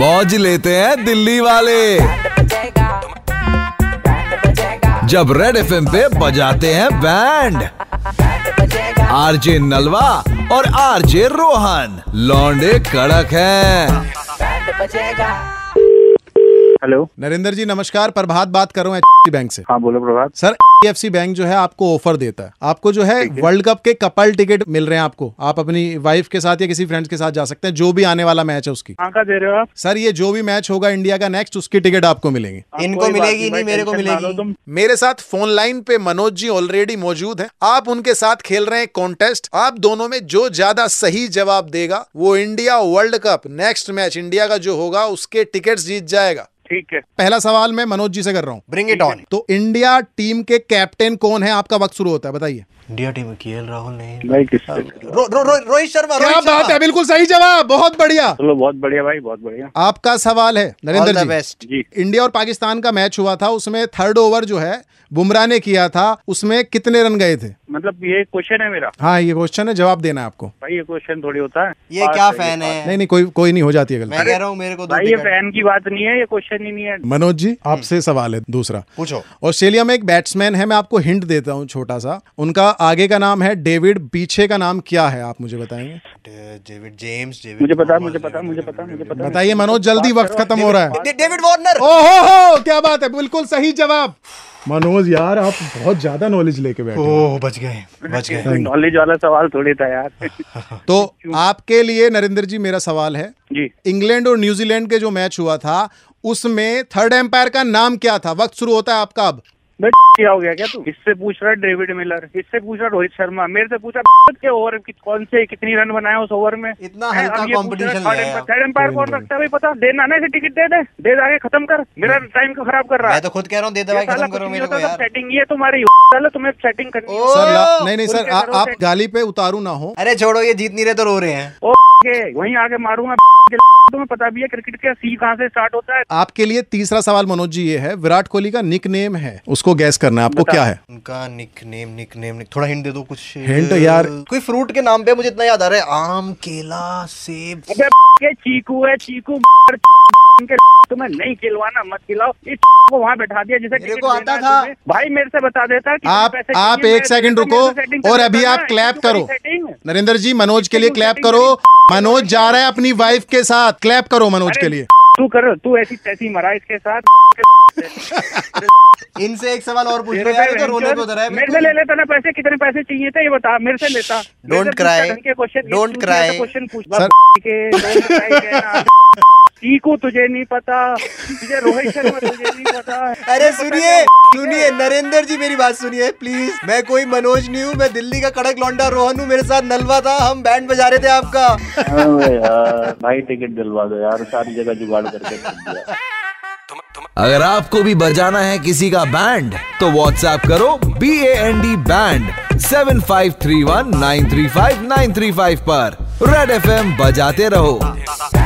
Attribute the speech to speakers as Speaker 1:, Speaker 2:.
Speaker 1: मौज लेते हैं दिल्ली वाले जब रेड एफ पे बजाते हैं बैंड आरजे नलवा और आरजे रोहन लौंडे कड़क हैं
Speaker 2: हेलो
Speaker 3: नरेंद्र जी नमस्कार प्रभात बात कर रहा हूँ बैंक से
Speaker 2: हाँ बोलो प्रभात
Speaker 3: सर एफ बैंक जो है आपको ऑफर देता है आपको जो है वर्ल्ड कप के कपल टिकट मिल रहे हैं आपको आप अपनी वाइफ के साथ या किसी फ्रेंड्स के साथ जा सकते हैं जो भी आने वाला मैच है उसकी
Speaker 2: हाँ, कहाँ का दे रहे हो आप
Speaker 3: सर ये जो भी मैच होगा इंडिया का नेक्स्ट उसकी टिकट आपको मिलेंगे
Speaker 2: आप
Speaker 4: इनको
Speaker 2: कोई बात भाई,
Speaker 4: मिलेगी नहीं, मेरे को
Speaker 2: टेंशन ना लो
Speaker 4: मिलेगी।
Speaker 2: तुम
Speaker 3: मेरे साथ फोन लाइन पे मनोज जी ऑलरेडी मौजूद हैं आप उनके साथ खेल रहे हैं कॉन्टेस्ट आप दोनों में जो ज्यादा सही जवाब देगा वो India world cup next match India का जो होगा उसके टिकट्स जीत जाएगा
Speaker 2: ठीक है
Speaker 3: पहला सवाल मैं मनोज जी से कर रहा हूँ
Speaker 4: ब्रिंग इट ऑन
Speaker 3: तो इंडिया टीम के कैप्टन कौन है आपका वक्त शुरू होता है बताइए
Speaker 4: इंडिया टीम केएल राहुल ने
Speaker 2: भाई
Speaker 4: हाँ।
Speaker 2: किससे
Speaker 4: रो, रो, रो, रोहित शर्मा
Speaker 3: क्या
Speaker 4: रोहित
Speaker 3: बात है बिल्कुल सही जवाब बहुत बढ़िया
Speaker 2: चलो बहुत बढ़िया भाई बहुत बढ़िया
Speaker 3: आपका सवाल है
Speaker 4: all
Speaker 3: Narendra
Speaker 4: the
Speaker 3: ji
Speaker 4: best
Speaker 2: ji
Speaker 3: India और पाकिस्तान का मैच हुआ था उसमें थर्ड ओवर जो है बुमराह ने किया था उसमें कितने रन गए थे
Speaker 2: मतलब ये क्वेश्चन है मेरा
Speaker 3: हाँ ये क्वेश्चन है जवाब देना है आपको
Speaker 2: भाई ये क्वेश्चन थोड़ी होता है
Speaker 4: ये
Speaker 2: बात
Speaker 4: क्या
Speaker 2: है,
Speaker 4: फैन
Speaker 2: बात
Speaker 4: है
Speaker 3: नहीं नहीं कोई कोई नहीं हो जाती है
Speaker 4: मैं
Speaker 3: गलती
Speaker 4: कह रहा हूँ मेरे को दो
Speaker 2: भाई ये
Speaker 4: टिकट
Speaker 2: फैन की बात नहीं है ये क्वेश्चन ही नहीं है
Speaker 3: मनोज जी आपसे सवाल है दूसरा
Speaker 4: हम्म। पूछो
Speaker 3: ऑस्ट्रेलिया में एक बैट्समैन है मैं आपको हिंट देता हूँ छोटा सा उनका आगे का नाम है डेविड पीछे का नाम क्या है आप मुझे बताएंगे
Speaker 4: डेविड जेम्स डेविड
Speaker 2: मुझे पता
Speaker 4: थॉमस,
Speaker 2: मुझे पता
Speaker 4: डेविड-
Speaker 2: मुझे पता मुझे पता
Speaker 3: बताइए मनोज
Speaker 4: तो
Speaker 3: जल्दी वक्त खत्म हो रहा है
Speaker 4: डे- डेविड वार्नर
Speaker 3: ओहो हो क्या बात है बिल्कुल सही जवाब मनोज यार आप बहुत ज्यादा नॉलेज लेके बैठे हो।
Speaker 4: ओह बच गए बच गए
Speaker 2: नॉलेज वाला सवाल थोड़ी था यार
Speaker 3: तो आपके लिए नरेंद्र जी मेरा सवाल है
Speaker 2: जी
Speaker 3: इंग्लैंड और न्यूजीलैंड के जो मैच हुआ था उसमें थर्ड एम्पायर का नाम क्या था वक्त शुरू होता है आपका अब
Speaker 2: बे, क्या हो गया क्या तू इससे पूछ रहा है डेविड मिलर इससे पूछ रहा है रोहित शर्मा मेरे से पूछा के ओवर की- कौन से कितनी रन बनाए उस ओवर में
Speaker 4: इतना हल्का competition ले आया।
Speaker 2: थर्ड एम्पायर कौन रखता है भाई पता देना ना इसे टिकट दे दे दे जाके खत्म कर मेरा टाइम को खराब कर रहा है
Speaker 4: मैं तो खुद कह रहा हूँ दे दवाई खत्म करो मेरे को यार
Speaker 2: सेटिंग ये तुम्हारी साला तुम्हें सेटिंग करनी है
Speaker 4: ओ,
Speaker 3: सर ला- नहीं नहीं
Speaker 2: खुल
Speaker 3: सर
Speaker 2: के
Speaker 3: आ,
Speaker 2: करो
Speaker 3: आप
Speaker 2: सेट।
Speaker 3: गाली पे उतारू ना हो
Speaker 4: अरे छोड़ो ये जीत नहीं रहे तो रो रहे हैं
Speaker 2: ओ के वहीं आके मारूंगा के तुम्हें पता भी है क्रिकेट का सी कहाँ से स्टार्ट होता है
Speaker 3: आपके लिए तीसरा सवाल मनोज जी ये है विराट कोहली का निक नेम है उसको गैस करना है आपको
Speaker 2: बता।
Speaker 3: क्या है
Speaker 4: उनका निक नेम निक नेम थोड़ा हिंट दे दो कुछ
Speaker 3: Hint तो यार।
Speaker 4: कोई फ्रूट के नाम पे मुझे इतना याद आ रहा है आम केला सेब
Speaker 2: अबे के चीकू है चीकू के तुम्हें नहीं खिलवाना मत खिलाओ इस को वहाँ बैठा दिया जिसे
Speaker 4: मेरे
Speaker 2: टिकट
Speaker 4: को आता
Speaker 2: देना है
Speaker 4: था।
Speaker 2: तुम्हें। भाई मेरे से बता देता कि
Speaker 3: आप
Speaker 2: पैसे
Speaker 3: आप
Speaker 2: चाहिए,
Speaker 3: एक
Speaker 2: मैं-
Speaker 3: सेकंड
Speaker 2: मेरे
Speaker 3: रुको
Speaker 2: से setting कर
Speaker 3: और अभी
Speaker 2: देता
Speaker 3: आप
Speaker 2: ना,
Speaker 3: क्लैप
Speaker 2: इसकी
Speaker 3: करो
Speaker 2: तुम्हारी setting है।
Speaker 3: नरेंद्र जी मनोज के लिए
Speaker 2: Setting,
Speaker 3: क्लैप
Speaker 2: setting,
Speaker 3: करो
Speaker 2: setting।
Speaker 3: मनोज जा रहा है अपनी वाइफ के साथ क्लैप करो मनोज के
Speaker 2: अरे,
Speaker 3: लिए
Speaker 2: तू कर तू ऐसी तैसी मरा इसके साथ
Speaker 4: इनसे एक सवाल और पूछ
Speaker 2: मेरे
Speaker 4: लो यार ये तो
Speaker 2: से
Speaker 4: रोने को
Speaker 2: venture-
Speaker 4: उधर है
Speaker 2: मेरे से ले लेता ना पैसे कितने पैसे चाहिए थे ये बता मेरे से लेता मेरे से
Speaker 4: Don't
Speaker 2: पूछता
Speaker 4: cry.
Speaker 2: ढंग के question, ये
Speaker 4: Don't
Speaker 2: तू मेरे से
Speaker 4: cry.
Speaker 2: question पूछ
Speaker 3: Sir-
Speaker 2: बाप के don't cry कहना। चीकू तुझे नहीं पता तुझे रोहित शर्मा तुझे नहीं पता
Speaker 4: अरे
Speaker 2: तुझे पता
Speaker 4: सुनिए
Speaker 2: क्या-
Speaker 4: सुनिए नरेंद्र जी मेरी बात सुनिए प्लीज मैं कोई मनोज नहीं हूँ मैं दिल्ली का कड़क लौंडा रोहन हूँ मेरे साथ नलवा था हम बैंड बजा रहे थे आपका
Speaker 5: यार भाई टिकट दिलवा दो यार सारी जगह जुगाड़ करके रख दिया
Speaker 1: अगर आपको भी बजाना है किसी का बैंड तो व्हाट्सएप करो B A N D band seven five three one nine three five nine three five पर रेड एफ बजाते रहो